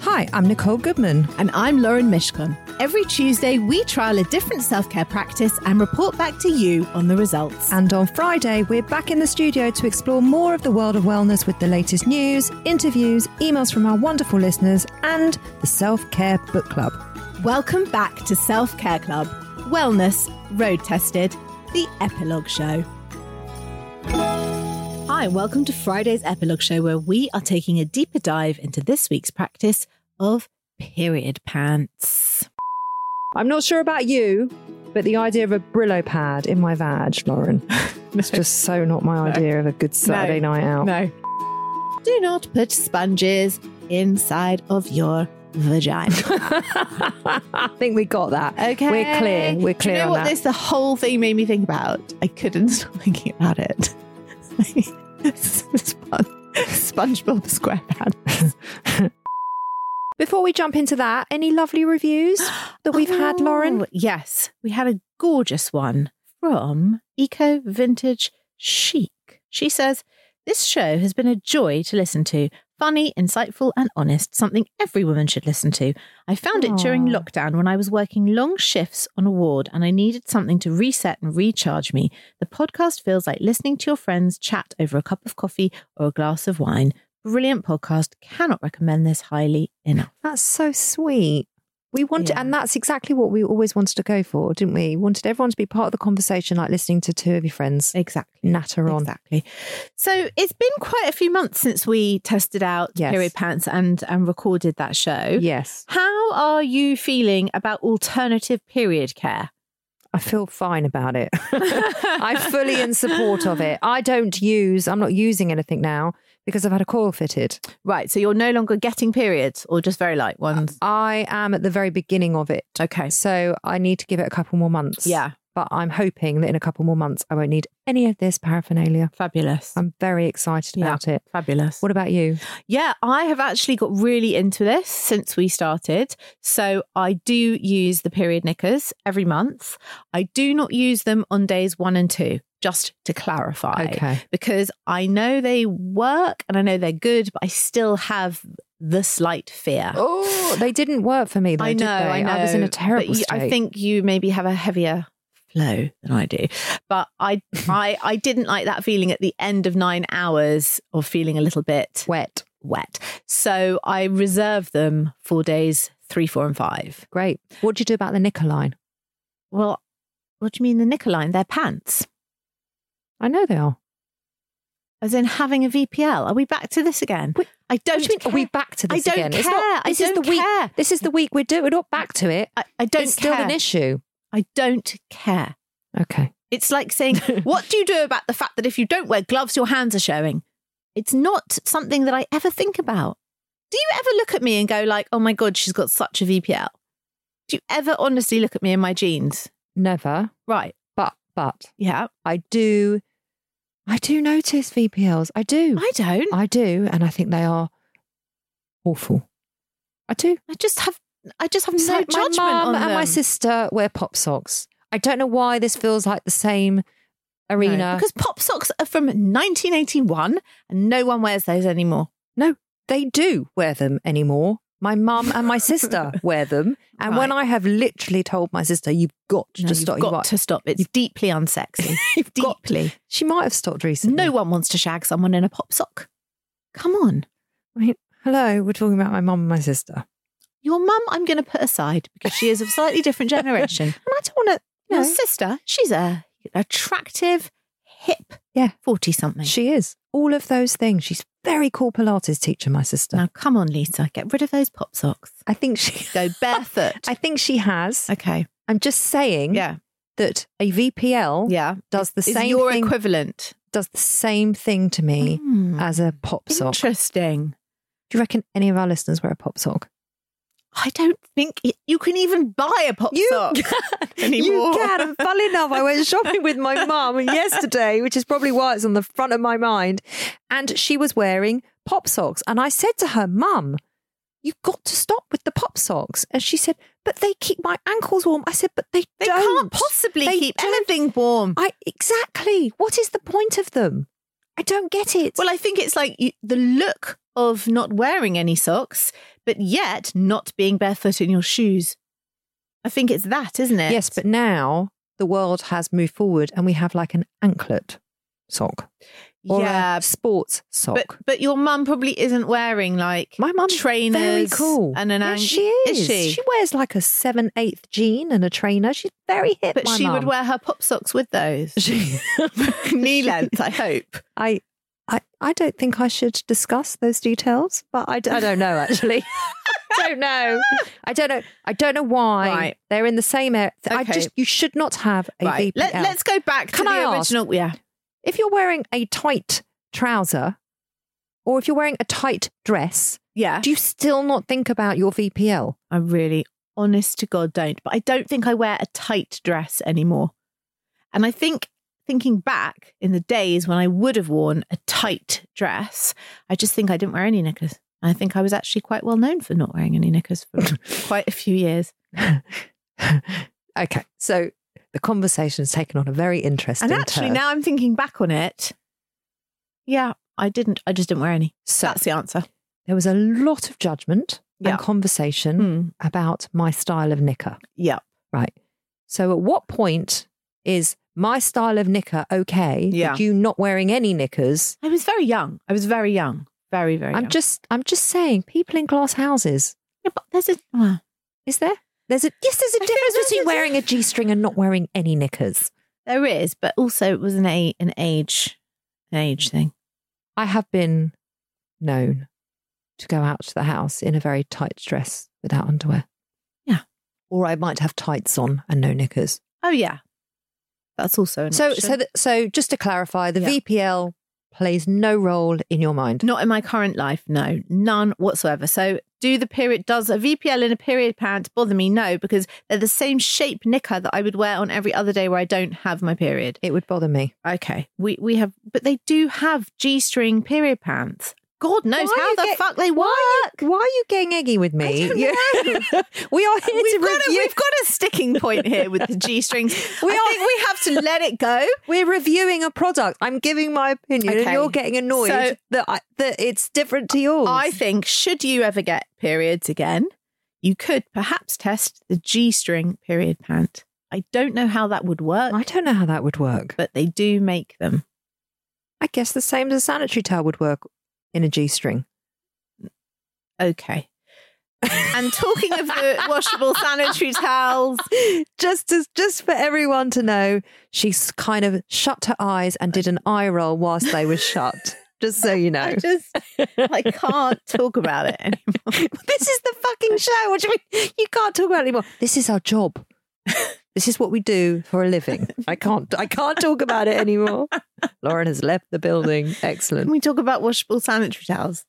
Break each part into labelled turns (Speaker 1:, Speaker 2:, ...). Speaker 1: Hi, I'm Nicole Goodman.
Speaker 2: And I'm Lauren Mishkon. Every Tuesday, we trial a different self care practice and report back to you on the results.
Speaker 1: And on Friday, we're back in the studio to explore more of the world of wellness with the latest news, interviews, emails from our wonderful listeners, and the Self Care Book Club.
Speaker 2: Welcome back to Self Care Club Wellness Road Tested, the epilogue show. Hi, and welcome to Friday's epilogue show, where we are taking a deeper dive into this week's practice of period pants.
Speaker 1: I'm not sure about you, but the idea of a Brillo pad in my vag, Lauren, it's just so not my idea of a good Saturday night out.
Speaker 2: No. Do not put sponges inside of your vagina.
Speaker 1: I think we got that.
Speaker 2: Okay.
Speaker 1: We're clear. We're
Speaker 2: Do
Speaker 1: clear
Speaker 2: you know
Speaker 1: on
Speaker 2: what
Speaker 1: that.
Speaker 2: this the whole thing made me think about? I couldn't stop thinking about it. Spon- SpongeBob SquarePants.
Speaker 1: Before we jump into that, any lovely reviews that we've had, Lauren?
Speaker 2: Oh, Yes, we had a gorgeous one from Eco Vintage Chic. She says, This show has been a joy to listen to. Funny, insightful, and honest, something every woman should listen to. I found it during
Speaker 1: Aw.
Speaker 2: lockdown when I was working long shifts on a ward and I needed something to reset and recharge me. The podcast feels like listening to your friends chat over a cup of coffee or a glass of wine. Brilliant podcast. Cannot recommend this highly enough.
Speaker 1: That's so sweet. We wanted,
Speaker 2: Yeah.
Speaker 1: and that's exactly what we always wanted to go for, didn't we? Wanted everyone to be part of the conversation, like listening to two of your friends
Speaker 2: Exactly.
Speaker 1: natter on.
Speaker 2: Exactly. So it's been quite a few months since we tested out
Speaker 1: Yes.
Speaker 2: period pants and and recorded that show.
Speaker 1: Yes,
Speaker 2: How are you feeling about alternative period care?
Speaker 1: I feel fine about it. I'm fully in support of it. I don't use, I'm not using anything now because I've had a coil fitted.
Speaker 2: Right. So you're no longer getting periods or just very light ones.
Speaker 1: I am at the very beginning of it.
Speaker 2: Okay.
Speaker 1: So I need to give it a couple more months.
Speaker 2: Yeah.
Speaker 1: But I'm hoping that in a couple more months, I won't need any of this paraphernalia.
Speaker 2: Fabulous.
Speaker 1: I'm very excited
Speaker 2: Yeah.
Speaker 1: about it.
Speaker 2: Fabulous.
Speaker 1: What about you?
Speaker 2: Yeah, I have actually got really into this since we started. So I do use the period knickers every month. I do not use them on days one and two, just to clarify.
Speaker 1: Okay.
Speaker 2: because I know they work and I know they're good, but I still have the slight fear.
Speaker 1: Oh, they didn't work for me. Though,
Speaker 2: I
Speaker 1: did
Speaker 2: know,
Speaker 1: they?
Speaker 2: I know.
Speaker 1: I was in a
Speaker 2: but
Speaker 1: terrible
Speaker 2: you-
Speaker 1: state.
Speaker 2: I think you maybe have a heavier flow than I do, but I, I, I didn't like that feeling at the end of nine hours of feeling a little bit
Speaker 1: wet.
Speaker 2: wet. So I reserve them for days three, four, and five.
Speaker 1: Great. What do you do about the knicker line?
Speaker 2: Well, what do you mean the Nicoline? They're pants.
Speaker 1: I know they are.
Speaker 2: As in having a VPL. Are we back to this again?
Speaker 1: Wait,
Speaker 2: I don't.
Speaker 1: What do you mean? Are we
Speaker 2: care.
Speaker 1: back to
Speaker 2: I
Speaker 1: this
Speaker 2: don't
Speaker 1: again? It's
Speaker 2: care.
Speaker 1: not,
Speaker 2: I
Speaker 1: this is
Speaker 2: don't
Speaker 1: the week.
Speaker 2: care.
Speaker 1: This is the week we're doing. We're not back to it.
Speaker 2: I, I don't
Speaker 1: it's
Speaker 2: care.
Speaker 1: still an issue.
Speaker 2: I don't care.
Speaker 1: Okay.
Speaker 2: It's like saying, what do you do about the fact that if you don't wear gloves, your hands are showing? It's not something that I ever think about. Do you ever look at me and go like, oh my God, she's got such a VPL? Do you ever honestly look at me in my jeans?
Speaker 1: Never.
Speaker 2: Right.
Speaker 1: But but
Speaker 2: Yeah.
Speaker 1: I do. I do notice VPLs. I do.
Speaker 2: I don't.
Speaker 1: I do, and I think they are awful. I do.
Speaker 2: I just have, I just have
Speaker 1: It's
Speaker 2: no
Speaker 1: like my
Speaker 2: judgment
Speaker 1: mum
Speaker 2: on
Speaker 1: and my
Speaker 2: them.
Speaker 1: sister wear pop socks. I don't know why this feels like the same
Speaker 2: No,
Speaker 1: arena.
Speaker 2: because pop socks are from 1981 and no one wears those anymore.
Speaker 1: they do wear them anymore. My mum and my sister wear them. And when I have literally told my sister, you've got to
Speaker 2: No,
Speaker 1: just stop.
Speaker 2: you've
Speaker 1: you
Speaker 2: got
Speaker 1: are-
Speaker 2: to stop. It's deeply unsexy.
Speaker 1: you've got-
Speaker 2: deeply.
Speaker 1: She might have stopped recently.
Speaker 2: No one wants to shag someone in a pop sock. Come on.
Speaker 1: I mean, hello, we're talking about my mum and my sister. And
Speaker 2: Your mum, I'm going to put aside because she is of slightly different generation.
Speaker 1: I don't want to.
Speaker 2: Your
Speaker 1: No,
Speaker 2: sister, she's a attractive, hip,
Speaker 1: Yeah.
Speaker 2: forty something.
Speaker 1: she is. All of those things. She's very cool Pilates teacher, my sister.
Speaker 2: Now, come on, Lisa, get rid of those pop socks.
Speaker 1: I think she.
Speaker 2: Go barefoot.
Speaker 1: I think she has.
Speaker 2: okay.
Speaker 1: I'm just saying
Speaker 2: Yeah.
Speaker 1: that a VPL
Speaker 2: Yeah.
Speaker 1: does the
Speaker 2: Is
Speaker 1: same
Speaker 2: your
Speaker 1: thing
Speaker 2: equivalent?
Speaker 1: does the same thing to me
Speaker 2: Hmm.
Speaker 1: as a pop sock.
Speaker 2: Interesting.
Speaker 1: Do you reckon any of our listeners wear a pop sock?
Speaker 2: I don't think it, you can even buy a pop sock. anymore.
Speaker 1: You can. And funnily enough, I went shopping with my mum yesterday, which is probably why it's on the front of my mind. And she was wearing pop socks. And I said to her, Mum, you've got to stop with the pop socks. And she said, But they keep my ankles warm. I said, But they,
Speaker 2: They
Speaker 1: don't.
Speaker 2: can't possibly
Speaker 1: They
Speaker 2: keep
Speaker 1: don't.
Speaker 2: anything warm.
Speaker 1: I exactly. What is the point of them? I don't get it.
Speaker 2: Well, I think it's like you, the look of not wearing any socks but yet not being barefoot in your shoes. I think it's that, isn't it?
Speaker 1: Yes, but now the world has moved forward and we have like an anklet sock or
Speaker 2: yeah.
Speaker 1: a sports sock.
Speaker 2: But but your mum probably isn't wearing like
Speaker 1: My mum's
Speaker 2: trainers
Speaker 1: very cool.
Speaker 2: and an
Speaker 1: yes,
Speaker 2: ang-
Speaker 1: she is.
Speaker 2: Is she?
Speaker 1: wears like a seven eighth jean and a trainer. She's very hip.
Speaker 2: But
Speaker 1: my
Speaker 2: she would
Speaker 1: mum.
Speaker 2: wear her pop socks with those.
Speaker 1: She-
Speaker 2: Knee length, I hope.
Speaker 1: I, I, I don't think I should discuss those details, but I, d- I don't know actually. I don't know. I don't know. I don't know why
Speaker 2: Right.
Speaker 1: they're in the same area. I
Speaker 2: Okay.
Speaker 1: just you should not have a
Speaker 2: Right.
Speaker 1: VPL.
Speaker 2: Let, us go back
Speaker 1: Can
Speaker 2: to the
Speaker 1: I ask?
Speaker 2: original. Yeah.
Speaker 1: if you're wearing a tight trouser, or if you're wearing a tight dress,
Speaker 2: Yeah.
Speaker 1: do you still not think about your VPL?
Speaker 2: I really, honest to God, don't. But I don't think I wear a tight dress anymore. And I think thinking back in the days when I would have worn a tight dress, I just think I didn't wear any knickers. I think I was actually quite well known for not wearing any knickers for quite a few years.
Speaker 1: Okay, so the conversation's taken on a very interesting
Speaker 2: And actually,
Speaker 1: turn.
Speaker 2: now I'm thinking back on it. Yeah, I didn't. I just didn't wear any.
Speaker 1: so
Speaker 2: That's the answer.
Speaker 1: there was a lot of judgment
Speaker 2: Yeah.
Speaker 1: and conversation
Speaker 2: Hmm.
Speaker 1: about my style of knicker.
Speaker 2: Yeah.
Speaker 1: Right. So at what point is my style of knicker okay? with
Speaker 2: Yeah.
Speaker 1: You not wearing any knickers.
Speaker 2: I was very young. I was very young. Very, very
Speaker 1: I'm
Speaker 2: young.
Speaker 1: just I'm just saying, people in glass houses,
Speaker 2: Yeah, but there's a. well,
Speaker 1: is there? There's a yes, there's a
Speaker 2: I feel
Speaker 1: difference
Speaker 2: there's
Speaker 1: between
Speaker 2: a-
Speaker 1: wearing a G string and not wearing any knickers.
Speaker 2: There is, but also it was an a an age, an age thing.
Speaker 1: I have been known to go out to the house in a very tight dress without underwear.
Speaker 2: Yeah.
Speaker 1: Or I might have tights on and no knickers.
Speaker 2: Oh yeah, that's also an
Speaker 1: So
Speaker 2: option.
Speaker 1: so th- so just to clarify, the
Speaker 2: Yeah.
Speaker 1: VPL plays no role in your mind.
Speaker 2: not in my current life, no, none whatsoever. So do the period does a VPL in a period pant bother me? No, because they're the same shape knicker that I would wear on every other day where I don't have my period.
Speaker 1: It would bother me.
Speaker 2: Okay, we we have, but they do have g string period pants. God knows
Speaker 1: Why
Speaker 2: how
Speaker 1: you
Speaker 2: the
Speaker 1: get-
Speaker 2: fuck they work.
Speaker 1: Why are you getting eggy with me?
Speaker 2: I don't
Speaker 1: You- we are here
Speaker 2: We've
Speaker 1: to
Speaker 2: got, a,
Speaker 1: review.
Speaker 2: we've got a sticking point here with the G strings.
Speaker 1: We
Speaker 2: I
Speaker 1: are-
Speaker 2: think we have to let it go.
Speaker 1: We're reviewing a product. I'm giving my opinion,
Speaker 2: Okay.
Speaker 1: and you're getting annoyed
Speaker 2: So-
Speaker 1: that I, that it's different to yours.
Speaker 2: I think, should you ever get periods again, you could perhaps test the G string period pant. I don't know how that would work,
Speaker 1: I don't know how that would work.
Speaker 2: but they do make them.
Speaker 1: I guess the same as a sanitary towel would work in a g-string.
Speaker 2: Okay. and talking of the washable sanitary towels,
Speaker 1: Just as just for everyone to know, she s- kind of shut her eyes and did an eye roll whilst they were shut. Just so you know,
Speaker 2: I just I can't talk about it anymore.
Speaker 1: this is the fucking show. What do you mean? You can't talk about it anymore. This is our job. This is what we do for a living. I can't I can't talk about it anymore. Lauren has left the building.
Speaker 2: Can
Speaker 1: Excellent.
Speaker 2: we talk about washable sanitary towels?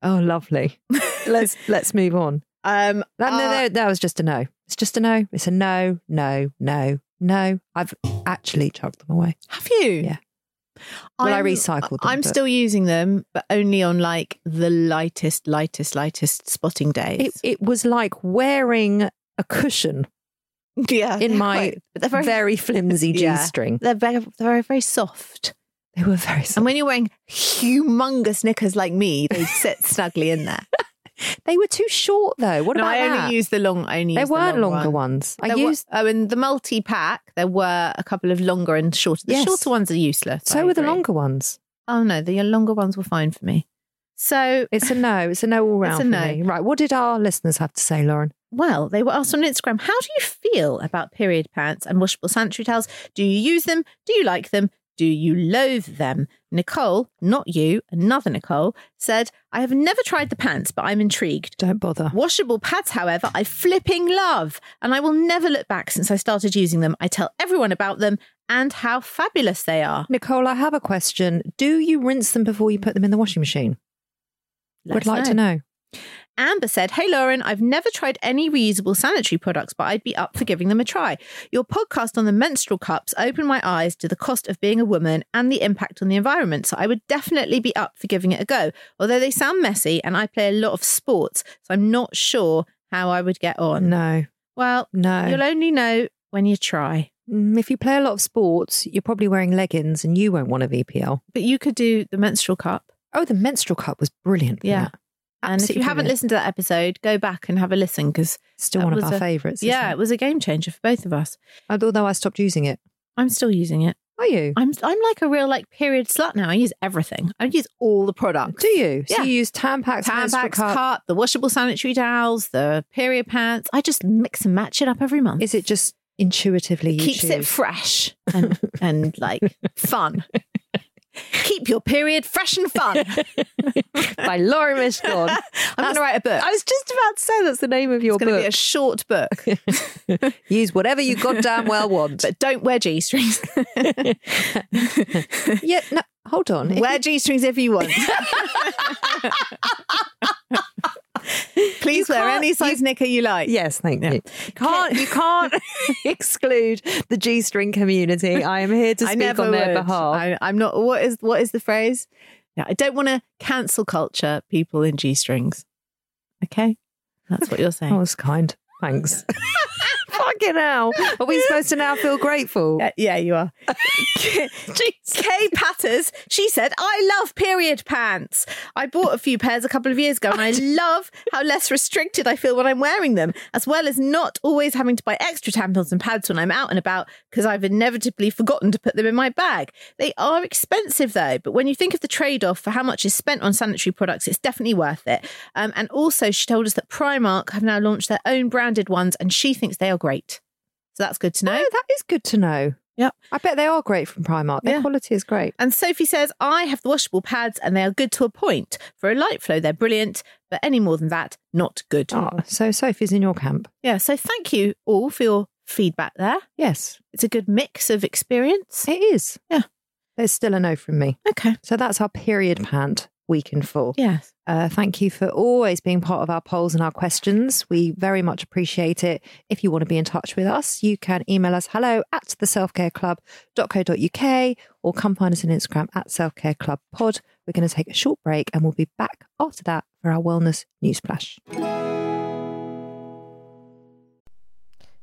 Speaker 1: Oh, lovely. Let's let's move on.
Speaker 2: Um,
Speaker 1: That, no,
Speaker 2: Uh,
Speaker 1: no, that was just a no. It's just a no. It's a no, no, no, no. I've actually chucked them away.
Speaker 2: have you?
Speaker 1: Yeah. Well, i
Speaker 2: I'm-
Speaker 1: recycled them.
Speaker 2: I'm
Speaker 1: but
Speaker 2: still using them, but only on like the lightest, lightest, lightest spotting
Speaker 1: It,
Speaker 2: days.
Speaker 1: it was like wearing a cushion,
Speaker 2: yeah,
Speaker 1: in
Speaker 2: they're
Speaker 1: my
Speaker 2: quite- but they're
Speaker 1: very,
Speaker 2: very,
Speaker 1: flimsy
Speaker 2: Yeah.
Speaker 1: g-string.
Speaker 2: they're very, they're very soft.
Speaker 1: They were very.
Speaker 2: And when you're wearing humongous knickers like me, they sit snugly in there.
Speaker 1: They were too short though. What
Speaker 2: no,
Speaker 1: about
Speaker 2: I
Speaker 1: that?
Speaker 2: only use the long. I only
Speaker 1: There
Speaker 2: use the
Speaker 1: were
Speaker 2: long
Speaker 1: longer
Speaker 2: one.
Speaker 1: ones. I
Speaker 2: There were-
Speaker 1: used.
Speaker 2: oh, in the multi pack, there were a couple of longer and shorter. The
Speaker 1: Yes.
Speaker 2: shorter ones are useless.
Speaker 1: so
Speaker 2: I
Speaker 1: were the
Speaker 2: agree.
Speaker 1: longer ones.
Speaker 2: Oh no, the longer ones were fine for me. So
Speaker 1: It's a no. It's a no all
Speaker 2: It's
Speaker 1: round.
Speaker 2: a
Speaker 1: for
Speaker 2: no.
Speaker 1: me. Right. What did our listeners have to say, Lauren?
Speaker 2: Well, they were asked on Instagram, how do you feel about period pants and washable sanitary towels? Do you use them? Do you like them? Do you loathe them? Nicole, not you, another Nicole, said, I have never tried the pants, but I'm intrigued.
Speaker 1: Don't bother.
Speaker 2: Washable pads, however, I flipping love, and I will never look back since I started using them. I tell everyone about them and how fabulous they are.
Speaker 1: Nicole, I have a question. Do you rinse them before you put them in the washing machine?
Speaker 2: Let us
Speaker 1: Would like to know.
Speaker 2: Amber said, Hey Lauren, I've never tried any reusable sanitary products, but I'd be up for giving them a try. Your podcast on the menstrual cups opened my eyes to the cost of being a woman and the impact on the environment, so I would definitely be up for giving it a go. Although they sound messy and I play a lot of sports, so I'm not sure how I would get on.
Speaker 1: No,
Speaker 2: Well, you'll
Speaker 1: no.
Speaker 2: only know when you try.
Speaker 1: Mm, If you play a lot of sports, you're probably wearing leggings, and you won't want a VPL.
Speaker 2: But you could do the menstrual cup.
Speaker 1: Oh, the menstrual cup was brilliant. for
Speaker 2: Yeah.
Speaker 1: that.
Speaker 2: And if you
Speaker 1: Absolutely
Speaker 2: haven't
Speaker 1: brilliant.
Speaker 2: listened to that episode, go back and have a listen because,
Speaker 1: Still
Speaker 2: that
Speaker 1: one of
Speaker 2: was
Speaker 1: our
Speaker 2: a-
Speaker 1: favourites. isn't
Speaker 2: yeah, it
Speaker 1: it?
Speaker 2: was a game changer for both of us.
Speaker 1: Although I stopped using it.
Speaker 2: I'm still using it.
Speaker 1: Are you?
Speaker 2: I'm I'm like a real like period slut now. I use everything. I use all the products.
Speaker 1: Do you? So
Speaker 2: Yeah.
Speaker 1: you use Tampax, menstrual
Speaker 2: Tampax,
Speaker 1: cup.
Speaker 2: cup, the washable sanitary towels, the period pants. I just mix and match it up every month.
Speaker 1: Is it just intuitively you
Speaker 2: keeps it
Speaker 1: choose?
Speaker 2: fresh and, and like fun. Keep your period fresh and fun.
Speaker 1: by Laura Mishkon.
Speaker 2: I'm going to write a book.
Speaker 1: I was just about to say that's the name of your
Speaker 2: It's going to
Speaker 1: book.
Speaker 2: be a short book,
Speaker 1: Use whatever you goddamn well want.
Speaker 2: but don't wear g strings.
Speaker 1: yeah, no, hold on. If you-
Speaker 2: wear g strings if you want. Please
Speaker 1: You
Speaker 2: wear
Speaker 1: can't-
Speaker 2: any size knicker you like.
Speaker 1: yes, thank you. You can't you can't exclude the G string community. I am here to
Speaker 2: I
Speaker 1: speak
Speaker 2: never
Speaker 1: on their
Speaker 2: would.
Speaker 1: behalf.
Speaker 2: I, I'm not. What is what is the phrase? Yeah, I don't want to cancel culture. People in g strings. Okay, that's what you're
Speaker 1: That
Speaker 2: saying.
Speaker 1: was kind. Thanks. Fucking hell. Are we supposed to now feel grateful?
Speaker 2: Yeah, yeah, you are. Kay Patters, she said, I love period pants. I bought a few pairs a couple of years ago and I love how less restricted I feel when I'm wearing them, as well as not always having to buy extra tampons and pads when I'm out and about because I've inevitably forgotten to put them in my bag. They are expensive though, but when you think of the trade off for how much is spent on sanitary products, it's definitely worth it. Um, and also, she told us that Primark have now launched their own branded ones and she thinks they are great. So that's good to know.
Speaker 1: No, that is good to know.
Speaker 2: Yep.
Speaker 1: I bet they are great from Primark. Their
Speaker 2: Yeah.
Speaker 1: quality is great.
Speaker 2: And Sophie says, I have the washable pads and they are good to a point. For a light flow, they're brilliant, but any more than that, not good.
Speaker 1: Oh, so Sophie's in your camp.
Speaker 2: Yeah, so thank you all for your feedback there.
Speaker 1: Yes,
Speaker 2: It's a good mix of experience.
Speaker 1: it is.
Speaker 2: Yeah.
Speaker 1: There's still a no from me.
Speaker 2: Okay.
Speaker 1: So that's our period pant week in full.
Speaker 2: Yes.
Speaker 1: Uh, thank you for always being part of our polls and our questions. We very much appreciate it. If you want to be in touch with us, you can email us hello at theselfcareclub.co.uk or come find us on Instagram at selfcareclubpod. We're going to take a short break and we'll be back after that for our wellness news flash.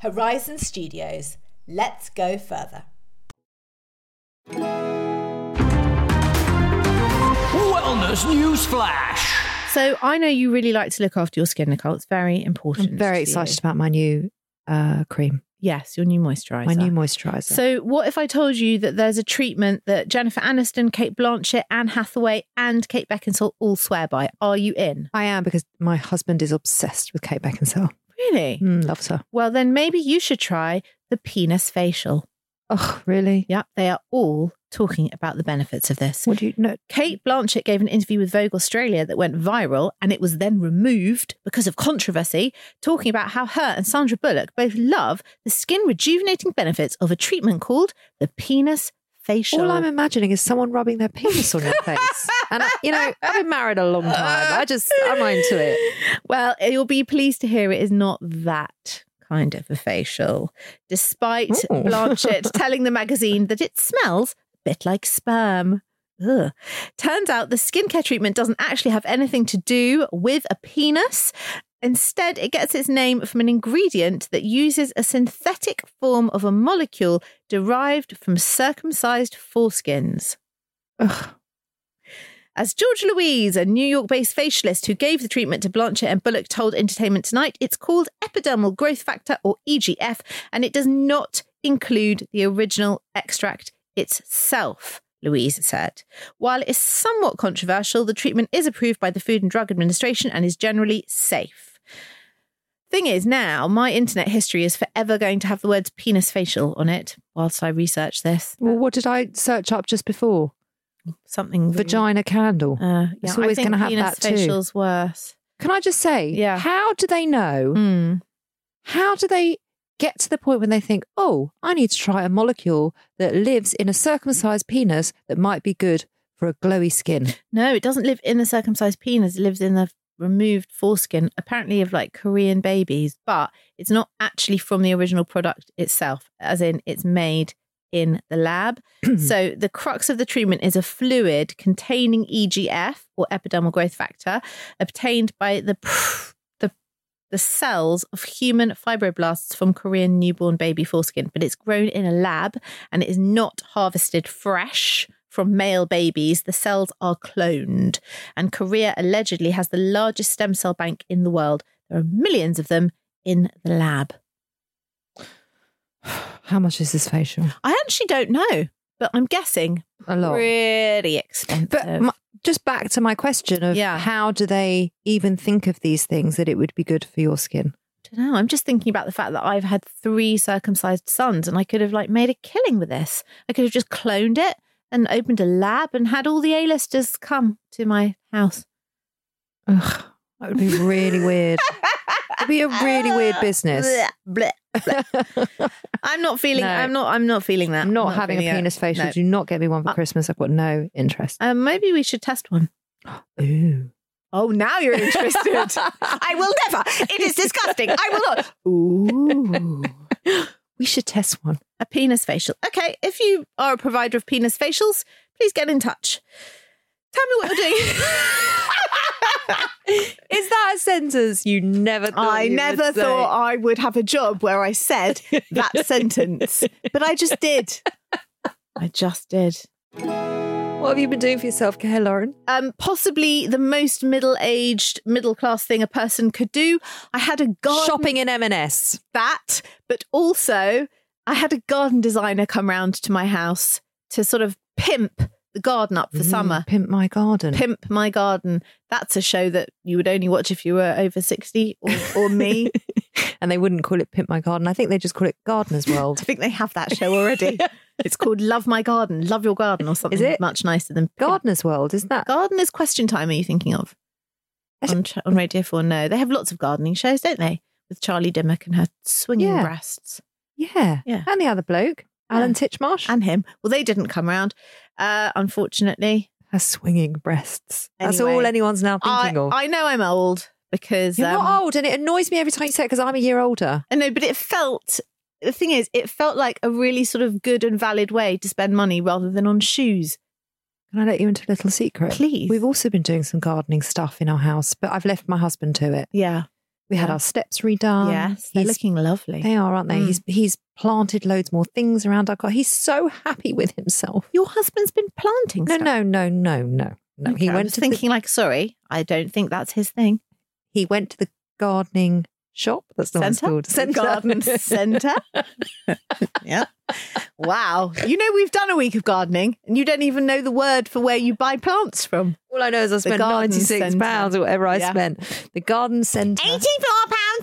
Speaker 3: Horizon Studios, let's go further.
Speaker 4: Wellness News Flash.
Speaker 2: So I know you really like to look after your skin, Nicole. It's very important. to you.
Speaker 1: about my new uh, cream,
Speaker 2: Yes, your new moisturizer.
Speaker 1: moisturizer.
Speaker 2: So, what if I told you that there's a treatment that Jennifer Aniston, Kate Blanchett, Anne Hathaway, and Kate Beckinsale all swear by? Are you in?
Speaker 1: I am because my husband is obsessed with Kate Beckinsale. Mm,
Speaker 2: Really?
Speaker 1: loves her.
Speaker 2: Well, then maybe you should try the penis facial.
Speaker 1: Oh, really?
Speaker 2: Yep, they are all talking about the benefits of this.
Speaker 1: What do you know?
Speaker 2: Kate Blanchett gave an interview with Vogue Australia that went viral and it was then removed because of controversy, talking about how her and Sandra Bullock both love the skin rejuvenating benefits of a treatment called the penis facial.
Speaker 1: All I'm imagining is someone rubbing their penis on your face. And, I, you know, I've been married a long time. I just, I'm into it.
Speaker 2: Well, you'll be pleased to hear it is not that kind of a facial, despite
Speaker 1: Ooh.
Speaker 2: Blanchett telling the magazine that it smells a bit like sperm. Ugh. Turns out the skincare treatment doesn't actually have anything to do with a penis. Instead, it gets its name from an ingredient that uses a synthetic form of a molecule derived from circumcised foreskins. Ugh. As George Louise, a New York based facialist who gave the treatment to Blanchett and Bullock, told Entertainment Tonight, it's called epidermal growth factor or EGF, and it does not include the original extract itself, Louise said. While it is somewhat controversial, the treatment is approved by the Food and Drug Administration and is generally safe. Thing is, now my internet history is forever going to have the words penis facial on it whilst I research this.
Speaker 1: Well, what did I search up just before?
Speaker 2: Something really-
Speaker 1: Vagina candle.
Speaker 2: Uh, yeah,
Speaker 1: It's
Speaker 2: I
Speaker 1: always
Speaker 2: think
Speaker 1: gonna have
Speaker 2: penis
Speaker 1: that too.
Speaker 2: facials worse.
Speaker 1: Can I just say,
Speaker 2: Yeah.
Speaker 1: how do they know?
Speaker 2: Mm.
Speaker 1: How do they get to the point when they think, oh, I need to try a molecule that lives in a circumcised penis that might be good for a glowy skin?
Speaker 2: No, it doesn't live in the circumcised penis. It lives in the removed foreskin, apparently of like Korean babies, but it's not actually from the original product itself, as in it's made in the lab. so the crux of the treatment is a fluid containing EGF or epidermal growth factor obtained by the the the cells of human fibroblasts from Korean newborn baby foreskin, but it's grown in a lab and it is not harvested fresh from male babies. The cells are cloned, and Korea allegedly has the largest stem cell bank in the world. There are millions of them in the lab.
Speaker 1: How much is this facial?
Speaker 2: I actually don't know, but I'm guessing
Speaker 1: A lot.
Speaker 2: pretty expensive.
Speaker 1: But my, just back to my question of
Speaker 2: Yeah.
Speaker 1: how do they even think of these things that it would be good for your skin?
Speaker 2: don't know. I'm just thinking about the fact that I've had three circumcised sons and I could have like made a killing with this. I could have just cloned it and opened a lab and had all the A-listers come to my house.
Speaker 1: Ugh, that would be really weird. It'd be a really weird business.
Speaker 2: Blech, blech, blech. I'm not feeling
Speaker 1: No.
Speaker 2: I'm not I'm not feeling that.
Speaker 1: I'm not having a
Speaker 2: feeling it.
Speaker 1: penis facial.
Speaker 2: No.
Speaker 1: Do not get me one for
Speaker 2: Uh,
Speaker 1: Christmas. I've got no interest.
Speaker 2: Um, maybe we should test one.
Speaker 1: Ooh.
Speaker 2: Oh, now you're interested. I will never. It is disgusting. I will not.
Speaker 1: Ooh. we should test one.
Speaker 2: A penis facial. Okay, if you are a provider of penis facials, please get in touch. Tell me what you're doing.
Speaker 1: Is that a sentence you never thought
Speaker 2: I
Speaker 1: you would
Speaker 2: never
Speaker 1: say?
Speaker 2: thought I would have a job where I said that sentence, but I just did. I just did.
Speaker 1: What have you been doing for your self care, Lauren?
Speaker 2: Um, possibly the most middle-aged, middle-class thing a person could do. I had a garden
Speaker 1: Shopping in M&S.
Speaker 2: that, but also I had a garden designer come round to my house to sort of pimp the garden up for
Speaker 1: Mm,
Speaker 2: summer.
Speaker 1: Pimp my garden.
Speaker 2: Pimp My Garden. That's a show that you would only watch if you were over 60 or, or me.
Speaker 1: And they wouldn't call it Pimp My Garden. I think they just call it Gardener's World.
Speaker 2: I think they have that show already. it's called Love My Garden, Love Your Garden, or something
Speaker 1: it?
Speaker 2: much nicer than
Speaker 1: Gardener's World, isn't that?
Speaker 2: Gardener's Question Time. Are you thinking of
Speaker 1: Is
Speaker 2: on, on Radio Four? No, they have lots of gardening shows, don't they? With Charlie Dimmock and her swinging
Speaker 1: Yeah.
Speaker 2: breasts,
Speaker 1: Yeah.
Speaker 2: Yeah.
Speaker 1: And the other bloke, Alan Titchmarsh.
Speaker 2: and him. Well, they didn't come round, uh, unfortunately.
Speaker 1: her swinging breasts. That's
Speaker 2: Anyway.
Speaker 1: all anyone's now
Speaker 2: I,
Speaker 1: thinking of.
Speaker 2: I know I'm old because
Speaker 1: You're
Speaker 2: um,
Speaker 1: not old, and it annoys me every time you say it because I'm a year older.
Speaker 2: I know, but it felt. The thing is, it felt like a really sort of good and valid way to spend money rather than on shoes.
Speaker 1: Can I let you into a little secret?
Speaker 2: Please.
Speaker 1: We've also been doing some gardening stuff in our house, but I've left my husband to it.
Speaker 2: Yeah.
Speaker 1: We had
Speaker 2: Yeah.
Speaker 1: our steps redone.
Speaker 2: yes. They're
Speaker 1: He's-
Speaker 2: looking lovely.
Speaker 1: They are, aren't they?
Speaker 2: Mm.
Speaker 1: He's he's planted loads more things around our car. He's so happy with himself.
Speaker 2: Your husband's been planting
Speaker 1: No,
Speaker 2: stuff.
Speaker 1: no, no, no, no, no.
Speaker 2: Okay,
Speaker 1: he
Speaker 2: I
Speaker 1: went
Speaker 2: was
Speaker 1: to
Speaker 2: thinking like, sorry, I don't think that's his thing.
Speaker 1: the, he went to the gardening shop. That's not what it's
Speaker 2: Center,
Speaker 1: called. Centre.
Speaker 2: Oh, garden center. yeah. Wow. You know we've done a week of gardening, and you don't even know the word for where you buy plants from.
Speaker 1: All I know is I spent
Speaker 2: garden
Speaker 1: ninety six
Speaker 2: centre.
Speaker 1: pounds or whatever I
Speaker 2: Yeah.
Speaker 1: spent. The garden centre.
Speaker 2: pounds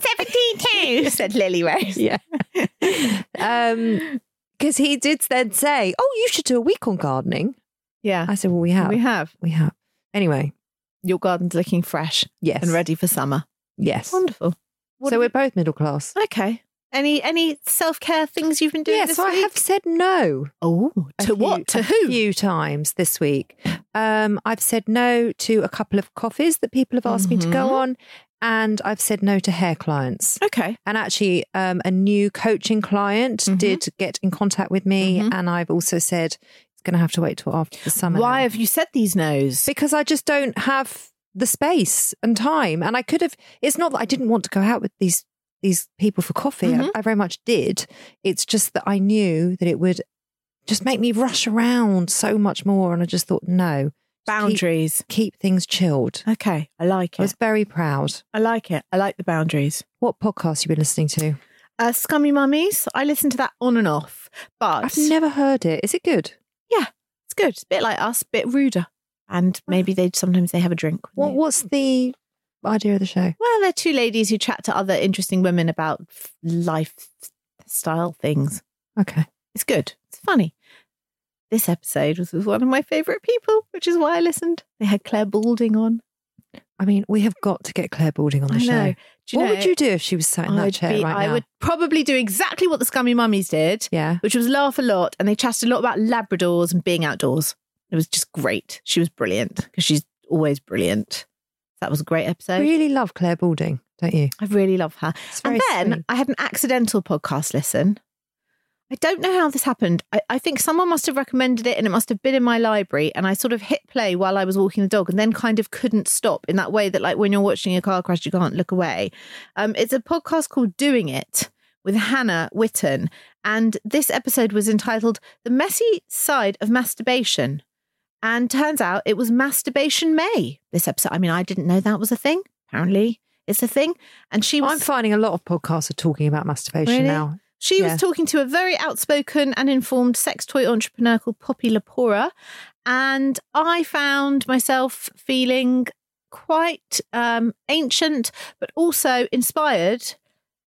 Speaker 2: seventy-two. said Lily Rose.
Speaker 1: Yeah. um, because he did then say, "Oh, you should do a week on gardening."
Speaker 2: Yeah,
Speaker 1: I said, "Well, we have,
Speaker 2: we
Speaker 1: we have."
Speaker 2: have.
Speaker 1: Anyway,
Speaker 2: Your garden's looking fresh
Speaker 1: yes,
Speaker 2: and ready for summer.
Speaker 1: Yes.
Speaker 2: Wonderful. What
Speaker 1: so
Speaker 2: have
Speaker 1: we're both middle class.
Speaker 2: you- okay. Any any self care things you've been doing?
Speaker 1: Yes,
Speaker 2: this
Speaker 1: I
Speaker 2: week?
Speaker 1: have said no
Speaker 2: Oh,
Speaker 1: a
Speaker 2: to
Speaker 1: few-
Speaker 2: what? To
Speaker 1: a
Speaker 2: who?
Speaker 1: few times this week. Um, I've said no to a couple of coffees that people have asked me to
Speaker 2: Mhm.
Speaker 1: go on, and I've said no to hair clients.
Speaker 2: Okay.
Speaker 1: And actually, um, a new coaching client
Speaker 2: Mhm.
Speaker 1: did get in contact with me,
Speaker 2: Mhm.
Speaker 1: and I've also said It's going to have to wait till after the summer.
Speaker 2: Why
Speaker 1: now.
Speaker 2: have you said these no's?
Speaker 1: Because I just don't have the space and time. And I could have, it's not that I didn't want to go out with these these people for coffee. I-
Speaker 2: Mhm.
Speaker 1: I, very much did. It's just that I knew that it would just make me rush around so much more. And I just thought, no,
Speaker 2: Boundaries.
Speaker 1: keep things chilled.
Speaker 2: Okay, I like
Speaker 1: I
Speaker 2: it.
Speaker 1: was very proud.
Speaker 2: I like it. I like the boundaries.
Speaker 1: What podcast you been listening to?
Speaker 2: Uh, Scummy Mummies. I listen to that on and off, but
Speaker 1: I've never heard it. Is it good?
Speaker 2: it's good. It's a bit like us, a bit ruder, and maybe they sometimes they have a drink.
Speaker 1: What, what's the idea of the show?
Speaker 2: Well, they're two ladies who chat to other interesting women about f- lifestyle things.
Speaker 1: Okay.
Speaker 2: It's good. It's funny. This episode was with one of my favourite people, which is why I listened. They had Claire Balding on.
Speaker 1: I mean, we have got to get Claire Balding on the
Speaker 2: I
Speaker 1: show.
Speaker 2: know. Do
Speaker 1: what
Speaker 2: know,
Speaker 1: would you do if she was sat in that
Speaker 2: I'd
Speaker 1: chair
Speaker 2: be-
Speaker 1: right
Speaker 2: I
Speaker 1: now?
Speaker 2: would probably do exactly what the Scummy Mummies did,
Speaker 1: Yeah.
Speaker 2: which was laugh a lot, and they chatted a lot about Labradors and being outdoors. It was just great. She was brilliant because she's always brilliant. That was a great episode.
Speaker 1: really love Claire Balding, don't you?
Speaker 2: I really love her.
Speaker 1: It's very
Speaker 2: And then
Speaker 1: sweet.
Speaker 2: I had an accidental podcast listen. I don't know how this happened. I, I think someone must have recommended it and it must have been in my library. And I sort of hit play while I was walking the dog and then kind of couldn't stop in that way that, like, when you're watching a car crash, you can't look away. Um, it's a podcast called Doing It with Hannah Witten. And this episode was entitled The Messy Side of Masturbation. And turns out it was Masturbation May, this episode. I mean, I didn't know that was a thing. Apparently, it's a thing. And she was.
Speaker 1: I'm finding a lot of podcasts are talking about masturbation
Speaker 2: Really?
Speaker 1: now.
Speaker 2: She
Speaker 1: Yeah.
Speaker 2: was talking to a very outspoken and informed sex toy entrepreneur called Poppy Lapora. And I found myself feeling quite um, ancient, but also inspired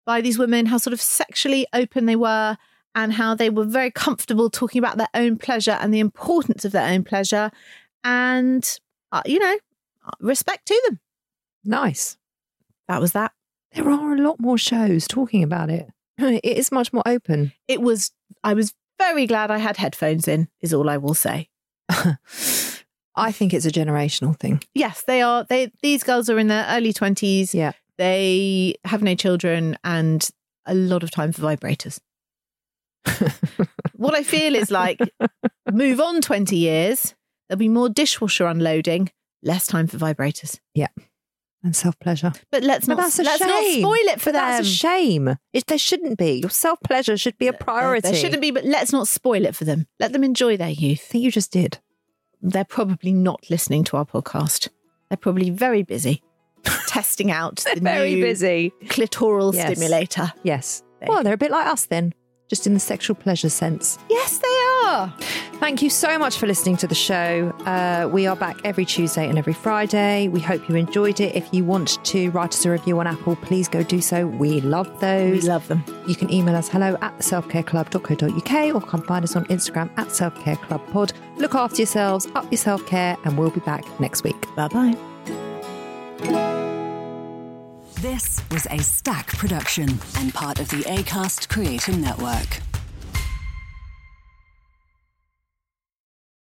Speaker 2: by these women, how sort of sexually open they were, and how they were very comfortable talking about their own pleasure and the importance of their own pleasure. And, uh, you know, respect to them.
Speaker 1: Nice.
Speaker 2: That was that.
Speaker 1: There are a lot more shows talking about it. It is much more open.
Speaker 2: It was, I was very glad I had headphones in, is all I will say.
Speaker 1: I think it's a generational thing.
Speaker 2: yes, they are. They these girls are in their early twenties.
Speaker 1: Yeah.
Speaker 2: they have no children and a lot of time for vibrators. what I feel is like move on twenty years. There'll be more dishwasher unloading, less time for vibrators.
Speaker 1: And self pleasure.
Speaker 2: But let's
Speaker 1: But
Speaker 2: not
Speaker 1: that's a
Speaker 2: let's not
Speaker 1: shame.
Speaker 2: spoil it for
Speaker 1: But that's a
Speaker 2: them.
Speaker 1: shame. It, there shouldn't be. Your self pleasure should be a priority.
Speaker 2: There shouldn't be, but let's not spoil it for them. Let them enjoy their
Speaker 1: I
Speaker 2: youth.
Speaker 1: think you just did.
Speaker 2: They're probably not listening to our podcast. They're probably very busy testing out the new
Speaker 1: busy.
Speaker 2: clitoral
Speaker 1: Yes.
Speaker 2: stimulator.
Speaker 1: Yes.
Speaker 2: There you
Speaker 1: Well, they're a bit like us then, just in the sexual pleasure sense.
Speaker 2: Yes, they are.
Speaker 1: Thank you so much for listening to the show. Uh, we are back every Tuesday and every Friday. We hope you enjoyed it. If you want to write us a review on Apple, please go do so. We love
Speaker 2: We
Speaker 1: those.
Speaker 2: love them.
Speaker 1: you can email us hello at selfcareclub.co.uk or come find us on Instagram at selfcareclubpod. Look after yourselves, up your self care, and we'll be back next week.
Speaker 2: Bye bye.
Speaker 5: This was a Stack production and part of the Acast Creator Network.